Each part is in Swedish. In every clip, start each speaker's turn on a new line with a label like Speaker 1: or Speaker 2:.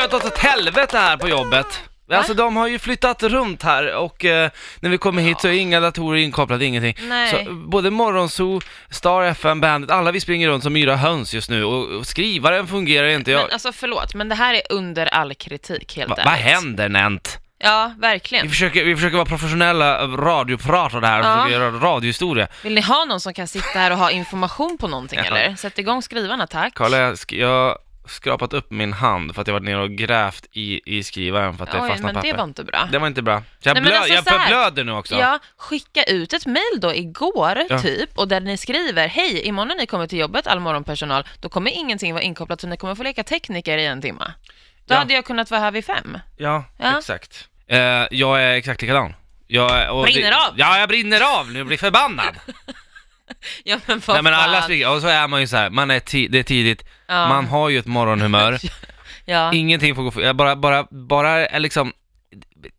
Speaker 1: gått åt ett helvete här på jobbet. Alltså de har ju flyttat runt här och eh, när vi kommer hit så är inga datorer inkopplade, ingenting.
Speaker 2: Nej.
Speaker 1: Så, eh, både Morgonzoo, Star FM, Bandit, alla vi springer runt som yra höns just nu och, och skrivaren fungerar inte. Jag,
Speaker 2: Men alltså förlåt, men det här är under all kritik helt
Speaker 1: va,
Speaker 2: ärligt.
Speaker 1: vad händer Nent?
Speaker 2: Ja,
Speaker 1: Vi
Speaker 2: verkligen.
Speaker 1: försöker, vi försöker vara professionella radiopratare här och
Speaker 2: Ja.
Speaker 1: försöker göra radiohistoria.
Speaker 2: Vill ni ha någon som kan sitta här och ha information på någonting
Speaker 1: Ja.
Speaker 2: eller? Sätt igång skrivarna tack.
Speaker 1: Karla, jag, sk- jag har skrapat upp min hand för att jag varit nere och grävt i, i skrivaren för att det
Speaker 2: Oj,
Speaker 1: fastnat
Speaker 2: men
Speaker 1: papper.
Speaker 2: det var inte bra.
Speaker 1: Det var inte bra. Så jag,
Speaker 2: Nej, men
Speaker 1: blö-
Speaker 2: alltså
Speaker 1: jag
Speaker 2: så här.
Speaker 1: förblöder nu också.
Speaker 2: Ja, skicka ut ett mail då igår
Speaker 1: Ja.
Speaker 2: typ och där ni skriver hej, imorgon när ni kommer till jobbet all morgonpersonal, då kommer ingenting vara inkopplat så ni kommer få leka tekniker i en timme. Då
Speaker 1: Ja.
Speaker 2: hade jag kunnat vara här vid fem.
Speaker 1: Ja,
Speaker 2: Ja.
Speaker 1: exakt. Eh, jag är exakt likadan. Jag är, och
Speaker 2: Brinner
Speaker 1: det,
Speaker 2: av.
Speaker 1: Ja, jag brinner av nu, blir förbannad.
Speaker 2: Ja men vad
Speaker 1: Nej men alla
Speaker 2: fan.
Speaker 1: springer, och så är man ju så här, man är ti- det är tidigt,
Speaker 2: Ja.
Speaker 1: man har ju ett morgonhumör,
Speaker 2: ja.
Speaker 1: ingenting får gå för, jag bara, bara, bara eh, liksom,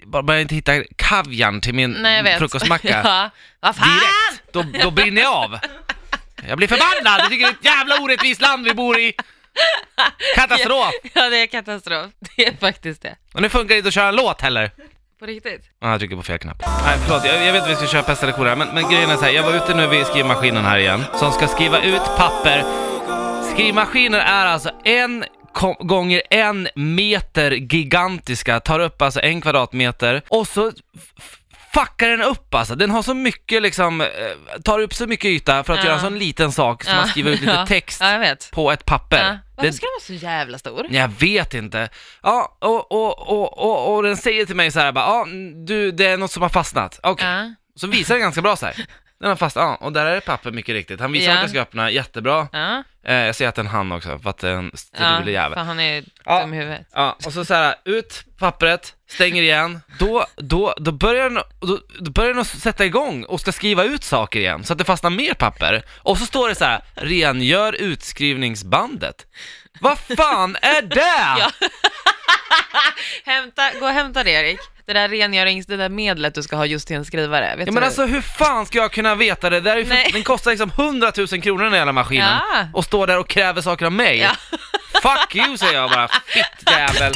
Speaker 1: bara, bara inte hitta kaviarn till min
Speaker 2: Nej jag vet.
Speaker 1: frukostmacka.
Speaker 2: ja. Vad fan!
Speaker 1: Direkt, då, då brinner jag av. Jag blir förbannad, jag tycker det är ett jävla orättvist land vi bor i. Katastrof!
Speaker 2: Ja det är katastrof, det är faktiskt det.
Speaker 1: Och nu funkar det inte att köra en låt heller.
Speaker 2: På riktigt.
Speaker 1: Ah, jag trycker på fel knapp. Nej, förlåt. Jag, jag vet att vi ska köra pest eller kolera, men, men grejen är så här. Jag var ute nu vid skrivmaskinen här igen, som ska skriva ut papper. Skrivmaskiner är alltså en ko- gånger en meter gigantiska, tar upp alltså en kvadratmeter och så f- fuckar den upp alltså. Den har så mycket liksom, eh, tar upp så mycket yta för att
Speaker 2: Ja.
Speaker 1: göra en sån liten sak som man skriver ut lite
Speaker 2: Ja.
Speaker 1: text
Speaker 2: Ja jag vet.
Speaker 1: på ett papper.
Speaker 2: Ja. Varför
Speaker 1: Det-
Speaker 2: ska den vara så jävla stor?
Speaker 1: jag vet inte. Ja, och, och, och, och, och den säger till mig så här bara, ja, du, det är något som har fastnat. Okej.
Speaker 2: Ja.
Speaker 1: Så visar den ganska bra så här. Den har fastnat, ja, och där är det papper mycket riktigt. Han visar
Speaker 2: Ja.
Speaker 1: vart jag ska öppna, jättebra.
Speaker 2: Ja.
Speaker 1: Eh, jag ser att den hann också, för att den
Speaker 2: Ja,
Speaker 1: strul jävel.
Speaker 2: fan han är
Speaker 1: Ja.
Speaker 2: dum i huvudet.
Speaker 1: Ja, och så så här, ut pappret, stänger igen, då, då, då börjar den, då, då börjar den att sätta igång och ska skriva ut saker igen, så att det fastnar mer papper. Och så står det så här, rengör utskrivningsbandet. Vad fan är det?
Speaker 2: Ja. Hämta, gå och hämta det Erik. Det där rengörings, det där medlet du ska ha just till en skrivare. Vet
Speaker 1: Ja
Speaker 2: du
Speaker 1: men
Speaker 2: hur?
Speaker 1: alltså hur fan ska jag kunna veta det? det där är ju
Speaker 2: Nej.
Speaker 1: för, den kostar liksom 100 000 kronor den jävla maskinen
Speaker 2: Ja.
Speaker 1: och står där och kräver saker av mig.
Speaker 2: Ja.
Speaker 1: Fuck you säger jag bara, fitt jävel.